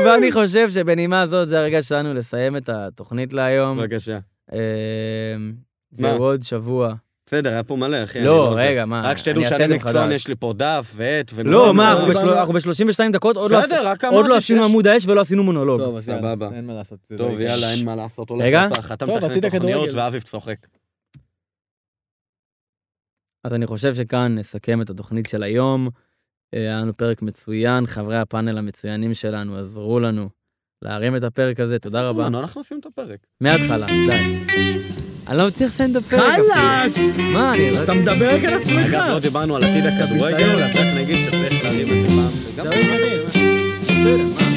B: ואני חושב שבנימה זאת זה הרגע שלנו לסיים את התוכנית להיום.
A: בבקשה.
B: אמ,
A: אוקיי. מה?
B: זהו עוד שבוע.
A: בסדר, היה פה מלא, אחי.
B: לא,
A: אני
B: רגע, מה?
A: רק שתדעו
B: אני אעשה את
A: שאני
B: זה
A: מקצוען,
B: מחדש.
A: יש לי פה דף ועט ונושא.
B: לא, מה,
A: נושא.
B: אנחנו בשל- אנחנו ב-32 דקות, עוד לא עש-
A: בסדר, רק
B: עוד
A: אמרתי
B: לא
A: שיש-
B: עשינו עמוד האש ולא עשינו מונולוג.
D: טוב, אז יאללה,
A: סבבה.
D: כן, אין מה לעשות. זה לא
A: טוב,
D: רגע.
A: יאללה, אין מה לעשות. הולך
B: רגע.
A: אתה, אתה
D: טוב,
A: מתכנן
D: עתיד
A: תוכניות
D: הכדורגל.
A: ואביב צוחק.
B: אז אני חושב שכאן נסכם את התוכנית של היום. אה, היה לנו פרק מצוין, חברי הפאנל המצוינים שלנו עזרו לנו להרים את הפרק הזה, תודה רבה.
A: נו, לא, אנחנו עושים את הפרק.
B: מההתחלה, די. אני לא מצליח לסיים את הפרק.
D: חלאס!
B: מה, אני לא...
D: אתה מדבר רק על עצמך.
A: אגב, לא דיברנו על עתיד הכדורגל, אז רק נגיד שצריך להרים את זה פעם. וגם-
D: זה לא ייכנס.
B: בסדר, מה?